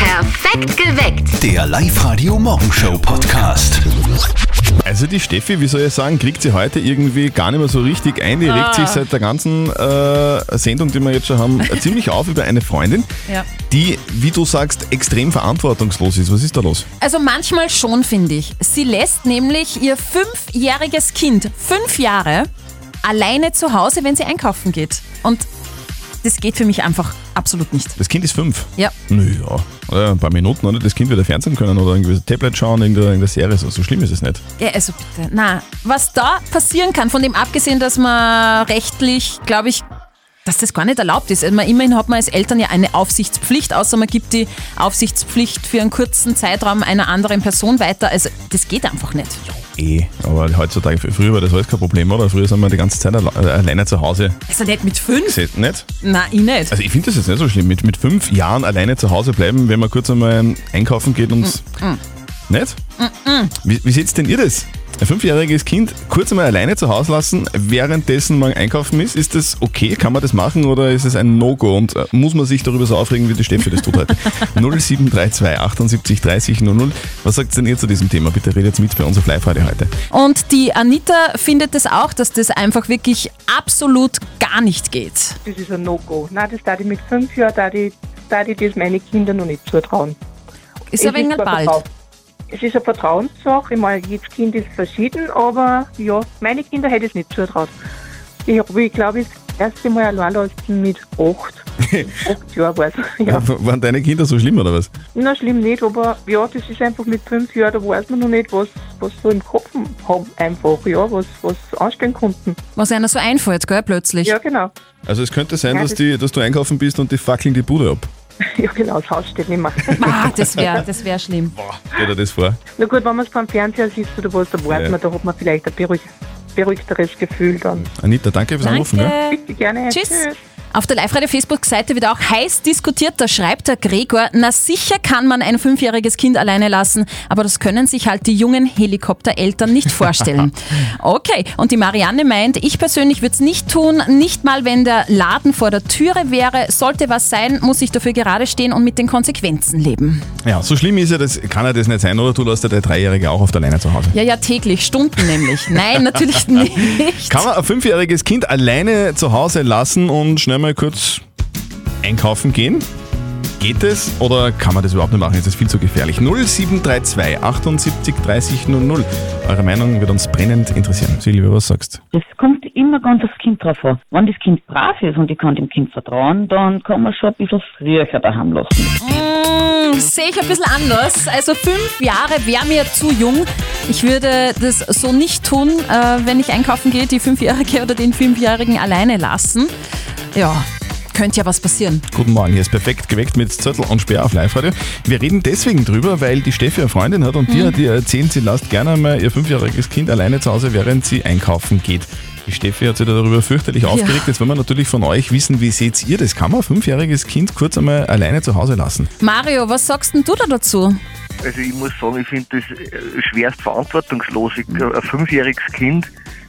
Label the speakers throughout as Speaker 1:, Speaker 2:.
Speaker 1: Perfekt geweckt.
Speaker 2: Der Live-Radio Morgenshow Podcast.
Speaker 3: Also die Steffi, wie soll ich sagen, kriegt sie heute irgendwie gar nicht mehr so richtig ein. Die regt sich seit der ganzen äh, Sendung, die wir jetzt schon haben, ziemlich auf über eine Freundin,
Speaker 4: Ja.
Speaker 3: die, wie du sagst, extrem verantwortungslos ist. Was ist da los?
Speaker 4: Also manchmal schon, finde ich. Sie lässt nämlich ihr fünfjähriges Kind, fünf Jahre, alleine zu Hause, wenn sie einkaufen geht. Und das geht für mich einfach absolut nicht.
Speaker 3: Das Kind ist fünf.
Speaker 4: Ja.
Speaker 3: Naja, oder ein paar Minuten, oder? Das Kind wieder fernsehen können oder irgendwie Tablet schauen, irgendeine, irgendeine Serie. So, so schlimm ist es nicht.
Speaker 4: ja, also bitte. Na, was da passieren kann, von dem abgesehen, dass man rechtlich, glaube ich, dass das gar nicht erlaubt ist. Also man, immerhin hat man als Eltern ja eine Aufsichtspflicht, außer man gibt die Aufsichtspflicht für einen kurzen Zeitraum einer anderen Person weiter. Also das geht einfach nicht.
Speaker 3: Eh. Aber heutzutage, früher war das alles kein Problem, oder? Früher sind wir die ganze Zeit alle- äh, alleine zu Hause
Speaker 4: Also nicht mit fünf?
Speaker 3: gesessen, nicht?
Speaker 4: Na, ich nicht.
Speaker 3: Also ich finde das jetzt nicht so schlimm. Mit, mit fünf Jahren alleine zu Hause bleiben, wenn man kurz einmal einkaufen geht und... Nicht? Wie, wie seht denn ihr das? Ein fünfjähriges Kind kurz einmal alleine zu Hause lassen, währenddessen man einkaufen ist, ist das okay? Kann man das machen oder ist es ein No-Go? Und äh, muss man sich darüber so aufregen, wie die Steffi das tut heute? 0732 78 30 00. Was sagt denn ihr zu diesem Thema? Bitte redet mit bei uns auf Live-Radio heute.
Speaker 4: Und die Anita findet es das auch, dass das einfach wirklich absolut gar nicht geht.
Speaker 5: das ist ein No-Go. Nein, das darf ich mit fünf Jahren, darf ich, darf ich das meine Kinder noch nicht zutrauen.
Speaker 4: Ist ja
Speaker 5: Es
Speaker 4: wegen
Speaker 5: zwar
Speaker 4: bald.
Speaker 5: Vertrauen- Es ist eine Vertrauenssache. Ich meine, jedes Kind ist verschieden, aber ja, meine Kinder hätte ich es nicht zutraut. Ich habe, ich glaube, ich das erste Mal allein lassen mit acht. acht Jahren war es. Ja.
Speaker 3: W- Waren deine Kinder so schlimm oder was?
Speaker 5: Na, schlimm nicht, aber ja, das ist einfach mit fünf Jahren, da weiß man noch nicht, was, was so im Kopf haben, einfach, ja, was, was anstellen konnten.
Speaker 4: Was einer so einfällt, gell, plötzlich.
Speaker 5: Ja, genau.
Speaker 3: Also es könnte sein,
Speaker 5: Ja,
Speaker 3: dass,
Speaker 5: das-
Speaker 3: die, dass du einkaufen bist und die fackeln die Bude ab.
Speaker 5: Ja, genau, das Haus steht nicht mehr.
Speaker 4: Ah, das wäre das wär schlimm.
Speaker 3: Stell dir das vor.
Speaker 5: Na gut, wenn man es beim Fernseher sieht oder was, da weiß
Speaker 3: Ja. Mhm.
Speaker 5: man, da hat man vielleicht ein beruhig, beruhigteres Gefühl dann.
Speaker 3: Anita, danke fürs Anrufen. Ja.
Speaker 4: Danke.
Speaker 5: Bitte gerne.
Speaker 4: Tschüss. Auf der Live-Radio-Facebook-Seite wird auch heiß diskutiert. Da schreibt der Gregor, na sicher kann man ein fünfjähriges Kind alleine lassen, aber das können sich halt die jungen Helikoptereltern nicht vorstellen. Okay, und die Marianne meint, ich persönlich würde es nicht tun, nicht mal wenn der Laden vor der Türe wäre. Sollte was sein, muss ich dafür gerade stehen und mit den Konsequenzen leben.
Speaker 3: Ja, so schlimm ist ja das, kann ja das nicht sein, oder? Du lässt ja der Dreijährige auch auf der Leine zu Hause.
Speaker 4: Ja, ja, täglich, Stunden nämlich. Nein, natürlich nicht.
Speaker 3: Kann man ein fünfjähriges Kind alleine zu Hause lassen und schnell mal kurz einkaufen gehen? Geht das oder kann man das überhaupt nicht machen? Ist das viel zu gefährlich? 0732 78 30 00. Eure Meinung wird uns brennend interessieren. Silvia, was sagst
Speaker 6: Das kommt immer ganz aufs Kind drauf an. Wenn das Kind brav ist und ich kann dem Kind vertrauen, dann kann man schon ein bisschen früher daheim lassen.
Speaker 4: Hm, sehe ich ein bisschen anders. Also fünf Jahre wäre mir zu jung. Ich würde das so nicht tun, äh, wenn ich einkaufen gehe, die Fünfjährige oder den Fünfjährigen alleine lassen. Ja, könnte ja was passieren.
Speaker 3: Guten Morgen, hier ist perfekt geweckt mit Zettel und Sperr auf Live-Radio. Wir reden deswegen drüber, weil die Steffi eine Freundin hat und die hat ihr erzählt, sie lasst gerne mal ihr fünfjähriges Kind alleine zu Hause, während sie einkaufen geht. Die Steffi hat sich darüber fürchterlich aufgeregt. Jetzt wollen wir natürlich von euch wissen, wie seht ihr das? Kann man ein fünfjähriges Kind kurz einmal alleine zu Hause lassen?
Speaker 4: Mario, was sagst denn du da dazu?
Speaker 7: Also ich muss sagen, ich finde das äh, schwerst verantwortungslos. Ich, ein fünfjähriges Kind,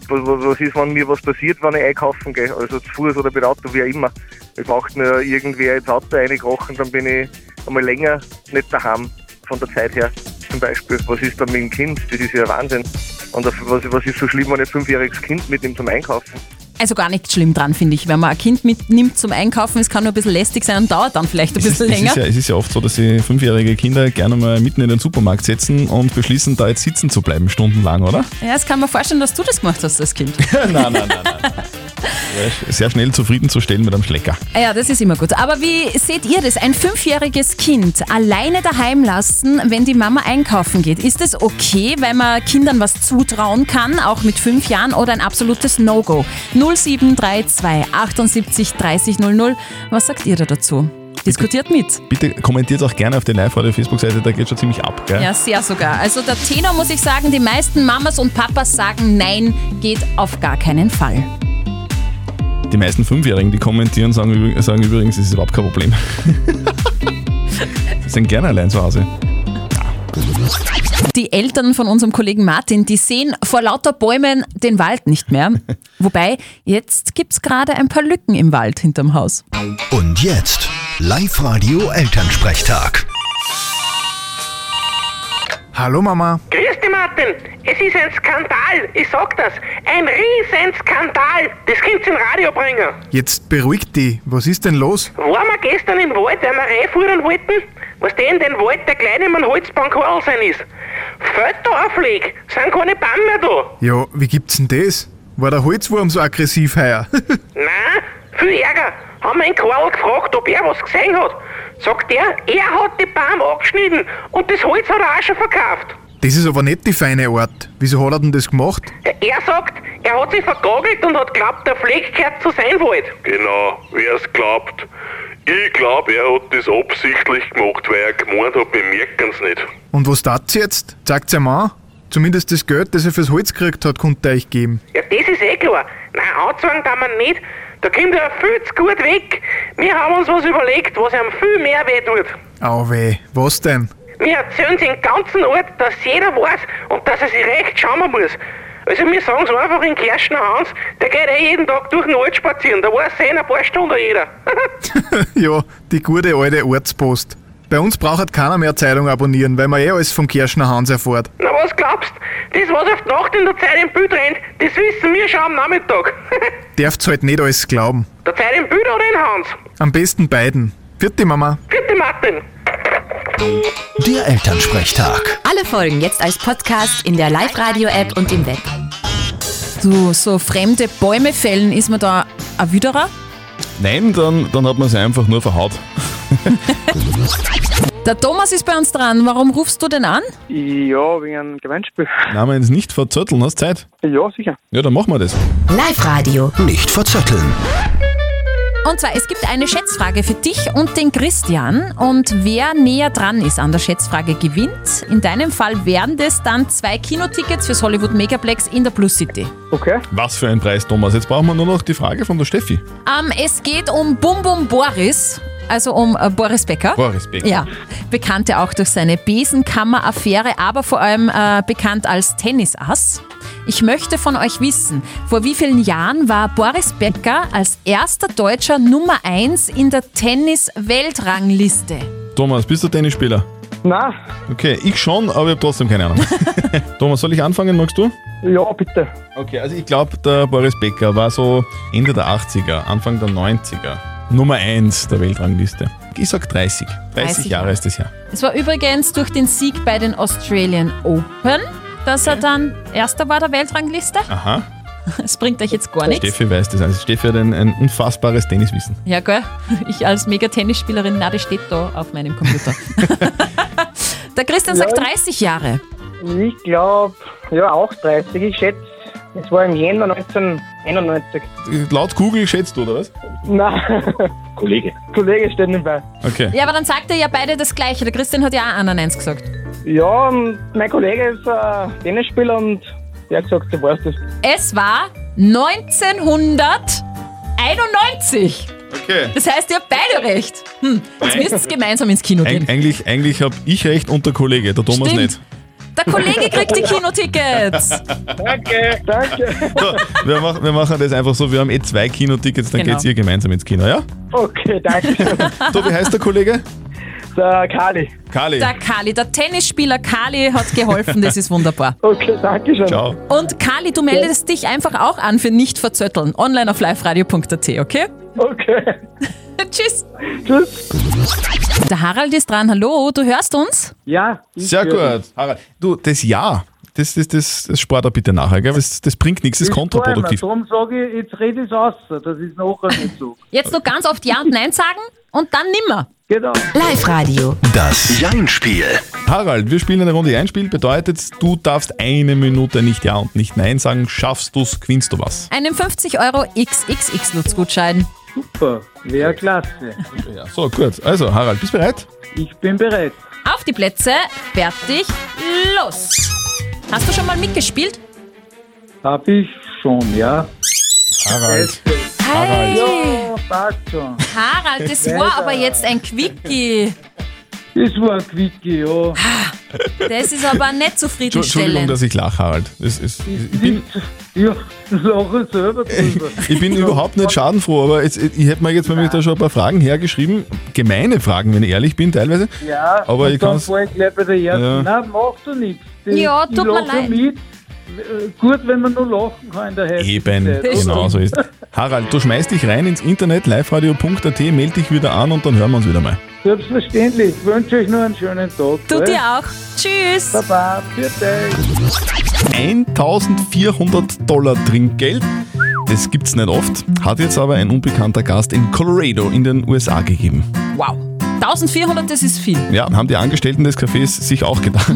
Speaker 7: was, was, was ist, wenn mir was passiert, wenn ich einkaufen gehe? Also zu Fuß oder mit Auto, wie auch immer. Es macht nur irgendwer ins Auto reinkochen, dann bin ich einmal länger nicht daheim, von der Zeit her zum Beispiel. Was ist dann mit dem Kind? Das ist ja Wahnsinn. Und auf- was, was ist so schlimm, wenn ich ein fünfjähriges Kind mitnimmt zum Einkaufen?
Speaker 4: Also gar nichts schlimm dran, finde ich. Wenn man ein Kind mitnimmt zum Einkaufen, es kann nur ein bisschen lästig sein und dauert dann vielleicht ein
Speaker 3: Es ist,
Speaker 4: bisschen
Speaker 3: es,
Speaker 4: länger.
Speaker 3: ist ja, es ist ja oft so, dass sie fünfjährige Kinder gerne mal mitten in den Supermarkt setzen und beschließen, da jetzt sitzen zu bleiben, stundenlang, oder?
Speaker 4: Ja, es kann mir vorstellen, dass du das gemacht hast als Kind.
Speaker 3: nein, nein, nein, nein. Sehr schnell zufriedenzustellen mit einem Schlecker.
Speaker 4: Ah Ja, das ist immer gut. Aber wie seht ihr das? Ein fünfjähriges Kind alleine daheim lassen, wenn die Mama einkaufen geht. Ist das okay, weil man Kindern was zutrauen kann, auch mit fünf Jahren, oder ein absolutes No-Go? 0732 78 30 00. Was sagt ihr da dazu? Diskutiert mit.
Speaker 3: Bitte kommentiert auch gerne auf der Live-Radio-Facebook-Seite, da geht schon ziemlich ab, gell?
Speaker 4: Ja, sehr sogar. Also der Tenor muss ich sagen, die meisten Mamas und Papas sagen, nein, geht auf gar keinen Fall.
Speaker 3: Die meisten Fünfjährigen, die kommentieren, sagen, übr- sagen übrigens, es ist überhaupt kein Problem. Sie sind gerne allein zu Hause.
Speaker 4: Die Eltern von unserem Kollegen Martin, die sehen vor lauter Bäumen den Wald nicht mehr. Wobei, jetzt gibt's gerade ein paar Lücken im Wald hinterm Haus.
Speaker 2: Und jetzt Live-Radio Elternsprechtag.
Speaker 1: Hallo Mama.
Speaker 8: Grüß dich, Martin. Es ist ein Skandal. Ich sag das. Ein riesen Skandal. Das könnt ihr im Radio bringen.
Speaker 1: Jetzt beruhigt die. Was ist denn los?
Speaker 8: Waren wir gestern im Wald, weil wir reinfahren wollten? Was der in den Wald der Kleine mit dem Holzbankhorl sein ist. Fällt da ein Fleck. Sind keine Bäume mehr da.
Speaker 1: Ja, wie gibt's denn das? War der Holzwurm so aggressiv heuer?
Speaker 8: Nein, viel Ärger. Haben wir einen Karl gefragt, ob er was gesehen hat. Sagt er, er hat die Bäume angeschnitten und das Holz hat er auch schon verkauft.
Speaker 1: das ist aber nicht die feine Art. Wieso hat er denn das gemacht?
Speaker 8: Er sagt, er hat sich vergagelt und hat glaubt, der Fleck gehört zu sein Wald.
Speaker 9: Genau, wer es glaubt. Ich glaube, er hat das absichtlich gemacht, weil er gemeint hat, wir merken es nicht.
Speaker 1: Und was tat's jetzt? Sagt's ihm an. Zumindest das Geld, das er fürs Holz gekriegt hat, konnte er euch geben.
Speaker 8: Ja, das ist eh klar. Nein, anzwang kann man nicht. Da kommt er viel zu gut weg. Wir haben uns was überlegt, was ihm viel mehr weh tut.
Speaker 1: Au weh, was denn?
Speaker 8: Wir erzählen den ganzen Ort, dass jeder weiß und dass er sich recht schauen muss. Also wir sagen es einfach in Kerschner Hans, der geht eh jeden Tag durch den Wald spazieren, da weiß eh in ein paar Stunden jeder.
Speaker 1: ja, die gute alte Ortspost. Bei uns braucht keiner mehr Zeitung abonnieren, weil man eh alles vom Kirschner Hans erfährt.
Speaker 8: Na was glaubst, das was auf die Nacht in der Zeit im Bild rennt, das wissen wir schon am Nachmittag.
Speaker 1: Dürft's halt nicht alles glauben.
Speaker 8: der Zeit im Bild oder in Hans?
Speaker 1: Am besten beiden. Vierte Mama.
Speaker 8: Bitte Martin.
Speaker 2: Der Elternsprechtag.
Speaker 10: Alle Folgen jetzt als Podcast in der Live-Radio-App und im Web.
Speaker 4: Du, so fremde Bäume fällen, ist man da ein Widerer?
Speaker 3: Nein, dann, dann hat man sie einfach nur verhaut.
Speaker 4: Der Thomas ist bei uns dran. Warum rufst du denn an?
Speaker 5: Ja, wegen einem Gemeinspiel.
Speaker 3: Nein, wenn es nicht verzötteln, hast Zeit.
Speaker 5: Ja, sicher.
Speaker 3: Ja, dann machen wir das.
Speaker 10: Live-Radio.
Speaker 2: Nicht verzetteln.
Speaker 4: Und zwar, es gibt eine Schätzfrage für dich und den Christian. Und wer näher dran ist an der Schätzfrage, gewinnt. In deinem Fall wären das dann zwei Kinotickets fürs Hollywood Megaplex in der Plus City.
Speaker 5: Okay.
Speaker 3: Was für ein Preis, Thomas. Jetzt brauchen wir nur noch die Frage von der Steffi.
Speaker 4: Ähm, es geht um Bum Bum Boris, also um äh, Boris Becker.
Speaker 3: Boris Becker.
Speaker 4: Ja, bekannt ja auch durch seine Besenkammer-Affäre, aber vor allem äh, bekannt als Tennisass. Ich möchte von euch wissen, vor wie vielen Jahren war Boris Becker als erster Deutscher Nummer 1 in der Tennis-Weltrangliste?
Speaker 3: Thomas, bist du Tennisspieler?
Speaker 5: Na,
Speaker 3: Okay, ich schon, aber ich habe trotzdem keine Ahnung. Thomas, soll ich anfangen? Magst du?
Speaker 5: ja, bitte.
Speaker 3: Okay, also ich glaube, der Boris Becker war so Ende der 80er, Anfang der 90er. Nummer 1 der Weltrangliste. Ich sag 30. 30,
Speaker 4: 30
Speaker 3: Jahre ist das ja.
Speaker 4: Es war übrigens durch den Sieg bei den Australian Open, dass er dann erster war der Weltrangliste.
Speaker 3: Aha.
Speaker 4: Das bringt euch jetzt gar nichts.
Speaker 3: Steffi weiß das. Also Steffi hat ein, ein unfassbares Tenniswissen.
Speaker 4: Ja, gell? Ich als Mega-Tennisspielerin, na, das steht da auf meinem Computer. Der Christian sagt 30 Jahre.
Speaker 5: Ich glaube, ja, auch 30. Ich schätze, es war im Jänner 1991.
Speaker 3: Laut Google schätzt du, oder was?
Speaker 5: Na, Kollege. Kollege steht nebenbei.
Speaker 3: Okay.
Speaker 4: Ja, aber dann sagt er ja beide das Gleiche. Der Christian hat ja auch einen an eins gesagt.
Speaker 5: Ja, und mein Kollege ist äh, Tennisspieler und der hat gesagt, du weißt das.
Speaker 4: Es war 1991.
Speaker 3: Okay.
Speaker 4: Das heißt, ihr habt beide recht. Hm, jetzt müsst ihr gemeinsam ins Kino gehen.
Speaker 3: Eig eigentlich eigentlich habe ich recht und der Kollege, der Thomas
Speaker 4: Stimmt.
Speaker 3: nicht.
Speaker 4: Der Kollege kriegt die Kinotickets.
Speaker 5: Danke. Danke.
Speaker 3: So, wir, machen, wir machen das einfach so. Wir haben eh zwei Kinotickets, dann
Speaker 4: Genau.
Speaker 3: geht's ihr gemeinsam ins Kino, ja?
Speaker 5: Okay, danke.
Speaker 3: So, wie heißt der Kollege?
Speaker 5: Der Kali.
Speaker 3: Kali.
Speaker 4: Der Kali, der Tennisspieler Kali hat geholfen. Das ist wunderbar.
Speaker 5: Okay, danke schön.
Speaker 3: Ciao.
Speaker 4: Und Kali, du meldest dich einfach auch an für nicht verzötteln. Online auf liveradio.at, okay?
Speaker 5: Okay.
Speaker 4: Tschüss.
Speaker 5: Tschüss.
Speaker 4: Der Harald ist dran. Hallo, du hörst uns?
Speaker 5: Ja. ich
Speaker 3: Sehr
Speaker 5: höre
Speaker 3: gut. Harald, du, das Ja, das, das, das, das spart er bitte nachher, gell? Das, das bringt nichts, das ist
Speaker 5: dich.
Speaker 3: kontraproduktiv.
Speaker 5: Darum sage ich, jetzt rede ich es aus. Das ist nachher nicht so.
Speaker 4: Jetzt nur ganz oft Ja und Nein sagen und dann nimmer.
Speaker 5: Genau.
Speaker 10: Live-Radio.
Speaker 2: Das Jein-Spiel.
Speaker 3: Harald, wir spielen eine Runde Einspiel, bedeutet, du darfst eine Minute nicht Ja und nicht Nein sagen. Schaffst du's, gewinnst du was.
Speaker 4: Einen 50 Euro XXX-Lutz-Gutschein.
Speaker 5: Super. Wäre klasse.
Speaker 3: Ja, so, gut. Also, Harald, bist du bereit?
Speaker 5: Ich bin bereit.
Speaker 4: Auf die Plätze, fertig, los. Hast du schon mal mitgespielt?
Speaker 5: Hab ich schon, ja.
Speaker 3: Harald.
Speaker 4: Hey,
Speaker 5: Ja, passt schon.
Speaker 4: Harald, das war aber jetzt ein Quickie.
Speaker 5: Das war ein Quickie, ja.
Speaker 4: Das ist aber nicht
Speaker 3: Entschu- Entschuldigung,
Speaker 4: zufriedenstellend.
Speaker 3: dass ich lache, Harald. Es ist, ich bin,
Speaker 11: Ja, lache selber drüber.
Speaker 3: ich bin überhaupt nicht schadenfroh, aber jetzt, ich hätte mir jetzt mal da schon ein paar Fragen hergeschrieben. Gemeine Fragen, wenn ich ehrlich bin, teilweise.
Speaker 11: Ja,
Speaker 3: Aber
Speaker 11: und
Speaker 3: ich
Speaker 11: dann
Speaker 3: kann's-
Speaker 11: war ich gleich bei der ersten.
Speaker 3: Ja.
Speaker 11: Nein, machst du nichts. Das-
Speaker 4: Ja,
Speaker 11: ich
Speaker 4: tut mir
Speaker 11: lache
Speaker 4: leid.
Speaker 11: Mit. Äh, Gut, wenn man nur lachen kann in der Hälfte.
Speaker 3: Eben,
Speaker 4: Das
Speaker 3: genau so ist. Harald, du schmeißt dich rein ins Internet, liveradio.at, melde dich wieder an und dann hören wir uns wieder mal.
Speaker 11: Selbstverständlich. Ich wünsche euch nur einen schönen Tag.
Speaker 4: Du
Speaker 11: gell?
Speaker 4: dir auch. Tschüss.
Speaker 11: Baba, für dich.
Speaker 3: 1400 Dollar Trinkgeld. Das gibt's nicht oft, hat jetzt aber ein unbekannter Gast in Colorado in den USA gegeben.
Speaker 4: Wow. 1400, das ist viel.
Speaker 3: Ja, haben die Angestellten des Cafés sich auch gedacht.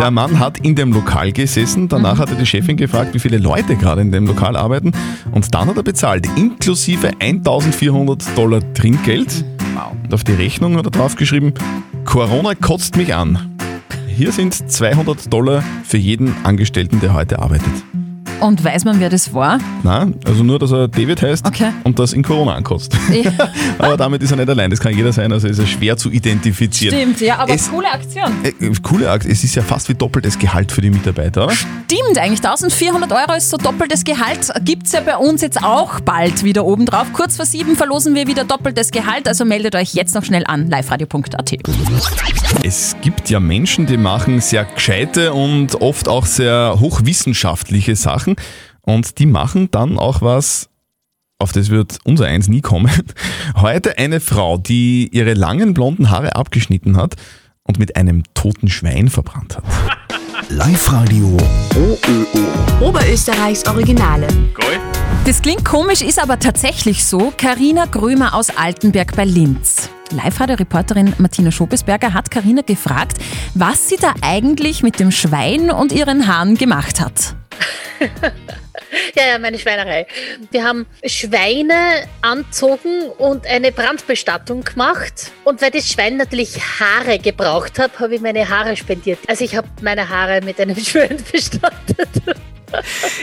Speaker 3: Der Mann hat in dem Lokal gesessen,
Speaker 4: Mhm.
Speaker 3: danach hat er die Chefin gefragt, wie viele Leute gerade in dem Lokal arbeiten und dann hat er bezahlt, inklusive 1400 Dollar Trinkgeld. Und auf die Rechnung hat er draufgeschrieben, Corona kotzt mich an. Hier sind 200 Dollar für jeden Angestellten, der heute arbeitet.
Speaker 4: Und weiß man, wer das war?
Speaker 3: Nein, also nur, dass er David heißt
Speaker 4: Okay.
Speaker 3: und das in Corona ankotzt.
Speaker 4: Ja.
Speaker 3: aber damit ist er nicht allein, das kann jeder sein, also ist er schwer zu identifizieren.
Speaker 4: Stimmt, ja, aber
Speaker 3: Es-
Speaker 4: coole Aktion.
Speaker 3: Äh, äh, Coole Akt, es ist ja fast wie doppeltes Gehalt für die Mitarbeiter, oder?
Speaker 4: Stimmt eigentlich, 1400 Euro ist so doppeltes Gehalt. Gibt es ja bei uns jetzt auch bald wieder obendrauf. Kurz vor sieben verlosen wir wieder doppeltes Gehalt, also meldet euch jetzt noch schnell an, liveradio.at.
Speaker 3: Es gibt ja Menschen, die machen sehr gescheite und oft auch sehr hochwissenschaftliche Sachen und die machen dann auch was, auf das wird unser Eins nie kommen. Heute eine Frau, die ihre langen blonden Haare abgeschnitten hat und mit einem toten Schwein verbrannt hat.
Speaker 2: Live-Radio OÖO.
Speaker 10: Oberösterreichs Originale.
Speaker 4: Das klingt komisch, ist aber tatsächlich so. Karina Grömer aus Altenberg bei Linz. Live-Radio-Reporterin Martina Schopesberger hat Karina gefragt, was sie da eigentlich mit dem Schwein und ihren Haaren gemacht hat.
Speaker 12: Ja, ja, meine Schweinerei. Wir haben Schweine anzogen und eine Brandbestattung gemacht. Und weil das Schwein natürlich Haare gebraucht hat, habe ich meine Haare spendiert. Also ich habe meine Haare mit einem Schwein bestattet.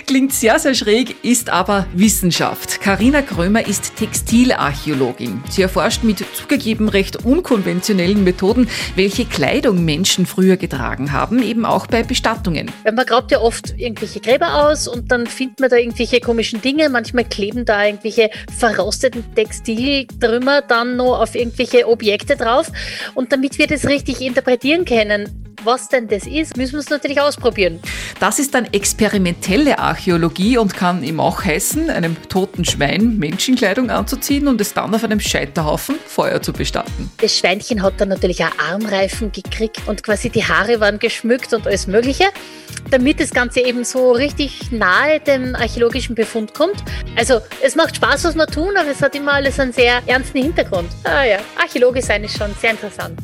Speaker 13: Klingt sehr, sehr schräg, ist aber Wissenschaft. Karina Krömer ist Textilarchäologin. Sie erforscht mit zugegeben recht unkonventionellen Methoden, welche Kleidung Menschen früher getragen haben, eben auch bei Bestattungen.
Speaker 12: Weil man grabt ja oft irgendwelche Gräber aus und dann findet man da irgendwelche komischen Dinge. Manchmal kleben da irgendwelche verrosteten Textiltrümmer dann noch auf irgendwelche Objekte drauf. Und damit wir das richtig interpretieren können, was denn das ist, müssen wir es natürlich ausprobieren.
Speaker 13: Das ist dann experimentelle Archäologie und kann eben auch heißen, einem toten Schwein Menschenkleidung anzuziehen und es dann auf einem Scheiterhaufen Feuer zu bestatten.
Speaker 12: Das Schweinchen hat dann natürlich auch Armreifen gekriegt und quasi die Haare waren geschmückt und alles Mögliche, damit das Ganze eben so richtig nahe dem archäologischen Befund kommt. Also es macht Spaß, was wir tun, aber es hat immer alles einen sehr ernsten Hintergrund. Ah ja, Archäologe sein ist schon sehr interessant.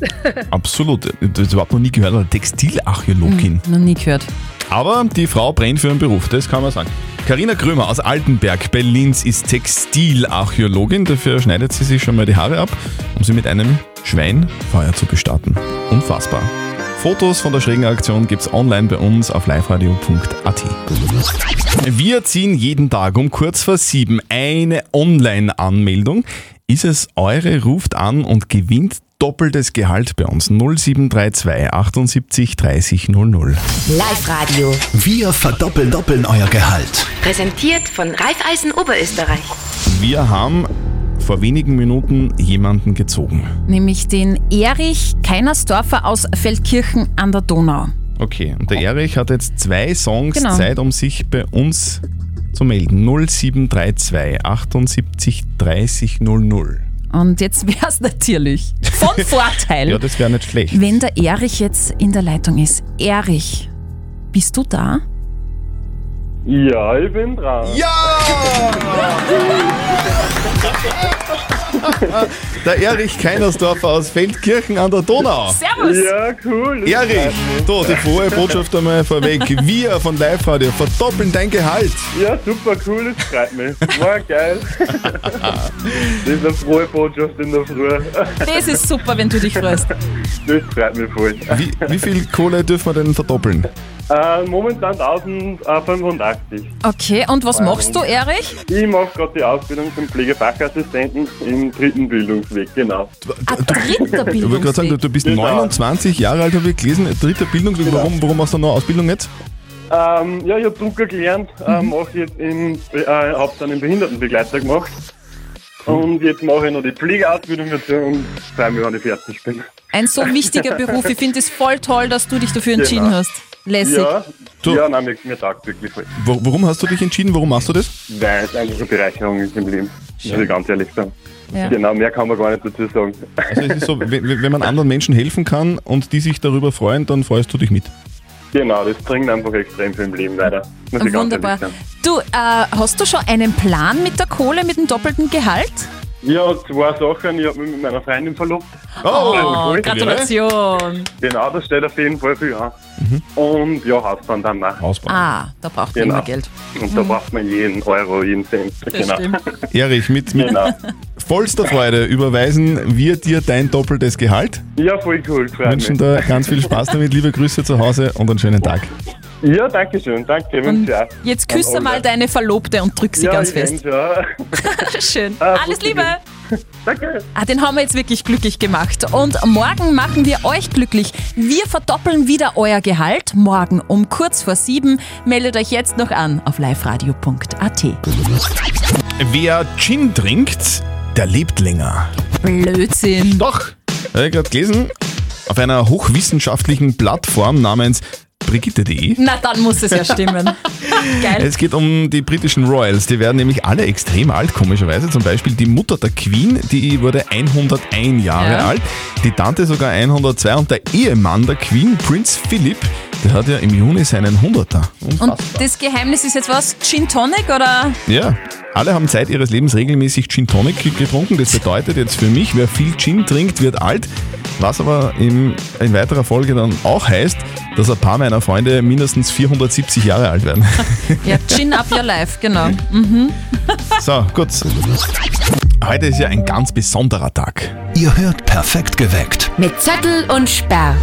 Speaker 3: Absolut, das ist überhaupt noch nie gehört, eine Textilarchäologin.
Speaker 4: Noch nie gehört.
Speaker 3: Aber die Frau brennt für ihren Beruf, das kann man sagen. Karina Krömer aus Altenberg bei Linz ist Textilarchäologin. Dafür schneidet sie sich schon mal die Haare ab, um sie mit einem Schwein Feuer zu bestatten. Unfassbar. Fotos von der schrägen Aktion gibt's online bei uns auf liveradio.at. Wir ziehen jeden Tag um kurz vor sieben eine Online-Anmeldung. Ist es eure, ruft an und gewinnt doppeltes Gehalt bei uns. 0732 78 30 00.
Speaker 10: Live-Radio.
Speaker 2: Wir verdoppeln doppeln euer Gehalt.
Speaker 10: Präsentiert von Raiffeisen Oberösterreich.
Speaker 3: Wir haben vor wenigen Minuten jemanden gezogen.
Speaker 4: Nämlich den Erich Keinersdorfer aus Feldkirchen an der Donau.
Speaker 3: Okay, und der Erich hat jetzt zwei Songs
Speaker 4: Oh. Genau.
Speaker 3: Zeit, um sich bei uns zu melden. 0732 78 30 00.
Speaker 4: Und jetzt wäre es natürlich von Vorteil,
Speaker 3: Ja, das wäre nicht schlecht.
Speaker 4: wenn der Erich jetzt in der Leitung ist. Erich, bist du da?
Speaker 11: Ja, ich bin dran.
Speaker 3: Der Erich Keinersdorfer aus Feldkirchen an der Donau.
Speaker 4: Servus!
Speaker 11: Ja, cool.
Speaker 3: Erich, du, die frohe Botschaft einmal vorweg. Wir von Live Radio verdoppeln dein Gehalt.
Speaker 11: Ja, super cool, das freut mich. War geil. das ist eine frohe Botschaft in der Früh.
Speaker 4: Das ist super, wenn du dich freust.
Speaker 11: Das freut mich voll.
Speaker 3: Wie, wie viel Kohle dürfen wir denn verdoppeln?
Speaker 11: Äh, momentan 1085.
Speaker 4: Okay, und was machst du, Erich?
Speaker 11: Ich mache gerade die Ausbildung zum Pflegefachassistenten im dritten Bildungsweg, genau.
Speaker 4: dritter
Speaker 3: Ich wollte gerade sagen, du, du bist 29 Jahre alt, habe ich gelesen. Dritter Bildungsweg. Warum, warum hast du noch eine Ausbildung jetzt?
Speaker 11: Ähm, ja, ich habe Drucker gelernt, äh,
Speaker 4: Mhm.
Speaker 11: mache jetzt im, Be- äh, hab dann einen Behindertenbegleiter gemacht. Und jetzt mache ich noch die Pflegeausbildung dazu und freue mich, wenn ich fertig bin.
Speaker 4: Ein so wichtiger Beruf. Ich finde es voll toll, dass du dich dafür entschieden
Speaker 11: Genau.
Speaker 4: hast. Lässig.
Speaker 11: Ja, ja nein, mir, mir taugt wirklich voll.
Speaker 3: Wa- Warum hast du dich entschieden? Warum machst du das?
Speaker 11: Weil es einfach eine Bereicherung ist im Leben. Muss ich ganz ehrlich sagen.
Speaker 4: Ja.
Speaker 11: Genau, mehr kann man gar nicht dazu sagen.
Speaker 3: Also es ist so, wenn, wenn man anderen Menschen helfen kann und die sich darüber freuen, dann freust du dich mit.
Speaker 11: Genau, das bringt einfach extrem viel im Leben weiter. Muss ich ganz
Speaker 4: Wunderbar.
Speaker 11: ehrlich sagen.
Speaker 4: Du, äh, hast du schon einen Plan mit der Kohle, mit dem doppelten Gehalt?
Speaker 11: Ja, zwei Sachen. Ich habe mich mit meiner Freundin verlobt. Voll.
Speaker 4: Oh, Gratulation.
Speaker 11: Genau, das steht auf jeden Fall für an.
Speaker 4: Mhm.
Speaker 11: Und ja, Hausbahn dann nach.
Speaker 3: Hausbahn.
Speaker 4: Ah, da braucht
Speaker 11: Genau.
Speaker 4: man immer Geld. Mhm.
Speaker 11: Und da braucht man jeden Euro, jeden Cent. genau.
Speaker 3: Erich, mit, mit
Speaker 11: Genau.
Speaker 3: vollster Freude überweisen wir dir dein doppeltes Gehalt.
Speaker 11: Ja, voll cool. Freut
Speaker 3: Wünschen
Speaker 11: mich.
Speaker 3: dir ganz viel Spaß damit. Liebe Grüße zu Hause und einen schönen Tag.
Speaker 11: Ja, danke schön. Danke, wünsche ich auch.
Speaker 4: Jetzt küsse
Speaker 11: An alle.
Speaker 4: mal deine Verlobte und drück sie
Speaker 11: ja,
Speaker 4: ganz
Speaker 11: ich
Speaker 4: fest.
Speaker 11: wünsch, Ja.
Speaker 4: Schön. Alles Liebe.
Speaker 11: Danke.
Speaker 4: Ah, den haben wir jetzt wirklich glücklich gemacht. Und morgen machen wir euch glücklich. Wir verdoppeln wieder euer Gehalt. Morgen um kurz vor sieben. Meldet euch jetzt noch an auf liveradio.at.
Speaker 3: Wer Gin trinkt, der lebt länger.
Speaker 4: Blödsinn.
Speaker 3: Doch. Habe ich gerade gelesen, auf einer hochwissenschaftlichen Plattform namens Brigitte.de.
Speaker 4: Na, dann muss es ja stimmen. Geil.
Speaker 3: Es geht um die britischen Royals. Die werden nämlich alle extrem alt, komischerweise. Zum Beispiel die Mutter der Queen, die wurde 101 Jahre
Speaker 14: Ja.
Speaker 3: alt, die Tante sogar 102 und der Ehemann der Queen, Prinz Philip, der hat ja im Juni seinen 100er.
Speaker 4: Und das Geheimnis ist jetzt was? Gin Tonic oder?
Speaker 3: Ja, alle haben Zeit ihres Lebens regelmäßig Gin Tonic getrunken. Das bedeutet jetzt für mich, wer viel Gin trinkt, wird alt. Was aber im, in weiterer Folge dann auch heißt, dass ein paar meiner Freunde mindestens 470 Jahre alt werden.
Speaker 4: Ja, Gin up your life, genau. Mhm.
Speaker 3: So, gut. Heute ist ja ein ganz besonderer Tag.
Speaker 2: Ihr hört perfekt geweckt.
Speaker 4: Mit Zettel und Sperr.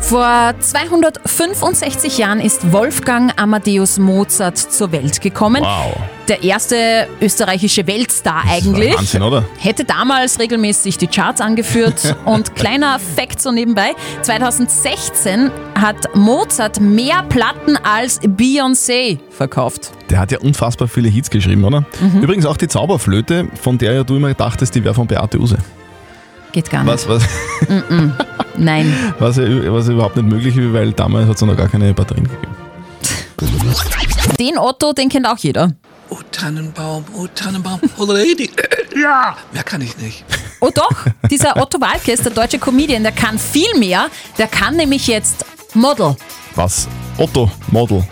Speaker 4: Vor 265 Jahren ist Wolfgang Amadeus Mozart zur Welt gekommen.
Speaker 3: Wow.
Speaker 4: Der erste österreichische Weltstar eigentlich.
Speaker 3: Wahnsinn, oder?
Speaker 4: Hätte damals regelmäßig die Charts angeführt. Und kleiner Fact so nebenbei: 2016 hat Mozart mehr Platten als Beyoncé verkauft.
Speaker 3: Der hat ja unfassbar viele Hits geschrieben, oder? Übrigens auch die Zauberflöte, von der ja du immer dachtest, die wäre von Beate Use.
Speaker 4: Geht gar nicht.
Speaker 3: Was, was,
Speaker 4: Mm-mm. Nein.
Speaker 3: was, ja, ü- was ja überhaupt nicht möglich ist, weil damals hat es noch gar keine Batterien gegeben.
Speaker 4: Den Otto, den kennt auch jeder.
Speaker 15: Oh Tannenbaum, oh Tannenbaum, oh Lady. Ja, mehr kann ich nicht.
Speaker 4: Oh doch, dieser Otto Walke ist der deutsche Comedian, der kann viel mehr. Der kann nämlich jetzt Model.
Speaker 3: Was? Otto, Model.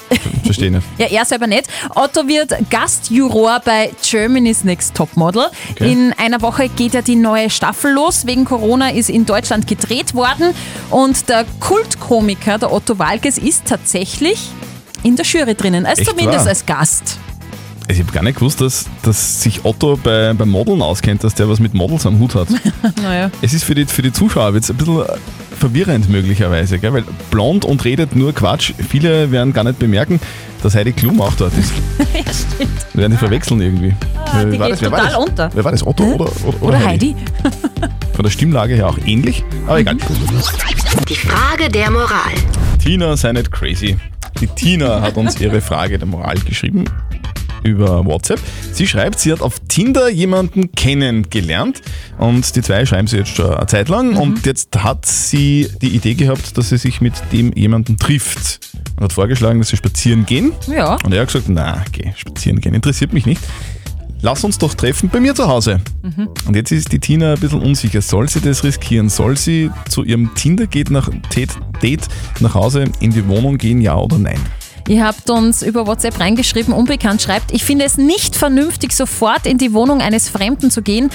Speaker 3: Verstehe nicht.
Speaker 4: Ja, er selber nicht. Otto wird Gastjuror bei Germany's Next Topmodel.
Speaker 3: Okay.
Speaker 4: In einer Woche geht ja die neue Staffel los. Wegen Corona ist in Deutschland gedreht worden. Und der Kultkomiker, der Otto Walkes, ist tatsächlich in der Jury drinnen. Also
Speaker 3: Echt
Speaker 4: zumindest
Speaker 3: wahr?
Speaker 4: als Gast.
Speaker 3: Ich habe gar nicht gewusst, dass, dass sich Otto bei, beim Modeln auskennt, dass der was mit Models am Hut hat.
Speaker 4: naja.
Speaker 3: Es ist für die, für die Zuschauer jetzt ein bisschen äh, verwirrend möglicherweise, gell? weil blond und redet nur Quatsch. Viele werden gar nicht bemerken, dass Heidi Klum auch dort ist.
Speaker 4: ja, stimmt. Ah,
Speaker 3: Werden die verwechseln irgendwie. Wer
Speaker 4: die geht
Speaker 3: Wer
Speaker 4: total unter.
Speaker 3: Wer war das? Otto oder, oder, oder,
Speaker 4: Oder
Speaker 3: Heidi?
Speaker 4: Heidi.
Speaker 3: Von der Stimmlage her auch ähnlich, aber egal.
Speaker 4: Mhm.
Speaker 10: Die Frage der Moral.
Speaker 3: Tina, sei nicht crazy. Die Tina hat uns ihre Frage der Moral geschrieben über WhatsApp. Sie schreibt, sie hat auf Tinder jemanden kennengelernt und die zwei schreiben sie jetzt schon eine Zeit lang und jetzt hat sie die Idee gehabt, dass sie sich mit dem jemanden trifft und hat vorgeschlagen, dass sie spazieren gehen.
Speaker 4: Ja.
Speaker 3: Und er hat gesagt, na, geh spazieren gehen, interessiert mich nicht. Lass uns doch treffen bei mir zu Hause.
Speaker 14: Mhm.
Speaker 3: Und jetzt ist die Tina ein bisschen unsicher. Soll sie das riskieren? Soll sie zu ihrem Tinder geht nach Date, Date nach Hause in die Wohnung gehen, ja oder nein?
Speaker 4: Ihr habt uns über WhatsApp reingeschrieben, unbekannt schreibt, ich finde es nicht vernünftig, sofort in die Wohnung eines Fremden zu gehen.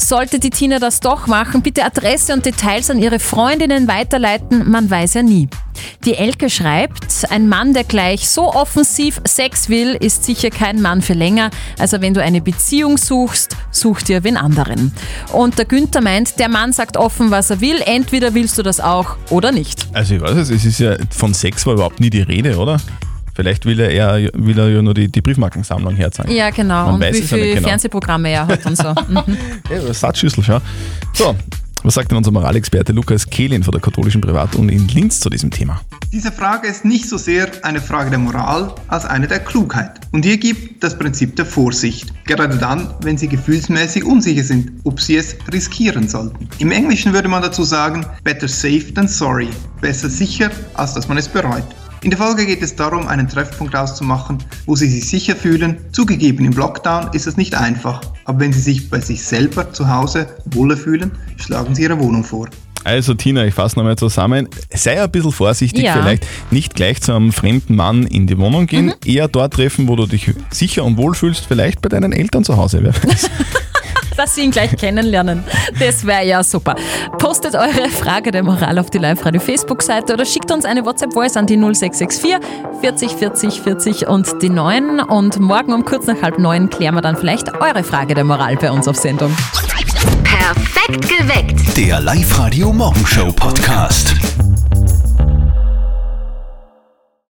Speaker 4: Sollte die Tina das doch machen, bitte Adresse und Details an ihre Freundinnen weiterleiten, man weiß ja nie. Die Elke schreibt, ein Mann, der gleich so offensiv Sex will, ist sicher kein Mann für länger. Also wenn du eine Beziehung suchst, such dir wen anderen. Und der Günther meint, der Mann sagt offen, was er will. Entweder willst du das auch oder nicht.
Speaker 3: Also ich weiß es, es ist ja von Sex war überhaupt nie die Rede, oder? Vielleicht will er, eher, will er ja nur die, die Briefmarkensammlung herzeigen.
Speaker 4: Ja, genau.
Speaker 3: Man
Speaker 4: und
Speaker 3: weiß
Speaker 4: wie
Speaker 3: es ja
Speaker 4: viele
Speaker 3: nicht genau.
Speaker 4: Fernsehprogramme er hat und so. Mhm.
Speaker 3: Ja, Satzschüssel, schau. So, was sagt denn unser Moralexperte Lukas Kehlin von der katholischen Privatuni in Linz zu diesem Thema?
Speaker 14: Diese Frage ist nicht so sehr eine Frage der Moral als eine der Klugheit. Und hier gibt das Prinzip der Vorsicht. Gerade dann, wenn Sie gefühlsmäßig unsicher sind, ob Sie es riskieren sollten. Im Englischen würde man dazu sagen, better safe than sorry. Besser sicher, als dass man es bereut. In der Folge geht es darum, einen Treffpunkt auszumachen, wo Sie sich sicher fühlen. Zugegeben, im Lockdown ist es nicht einfach. Aber wenn Sie sich bei sich selber zu Hause wohler fühlen, schlagen Sie Ihre Wohnung vor.
Speaker 3: Also Tina, ich fasse nochmal zusammen. Sei ein bisschen vorsichtig
Speaker 14: Ja.
Speaker 3: vielleicht. Nicht gleich zu einem fremden Mann in die Wohnung gehen. Eher dort treffen, wo du dich sicher und wohl fühlst. Vielleicht bei deinen Eltern zu Hause. Wer weiß.
Speaker 4: Dass sie ihn gleich kennenlernen. Das wäre ja super. Postet eure Frage der Moral auf die Live-Radio Facebook-Seite oder schickt uns eine WhatsApp-Voice an die 0664 40 40 40 und die 9. Und morgen um kurz nach halb neun klären wir dann vielleicht eure Frage der Moral bei uns auf Sendung.
Speaker 10: Perfekt geweckt.
Speaker 2: Der Live-Radio Morgenshow Podcast.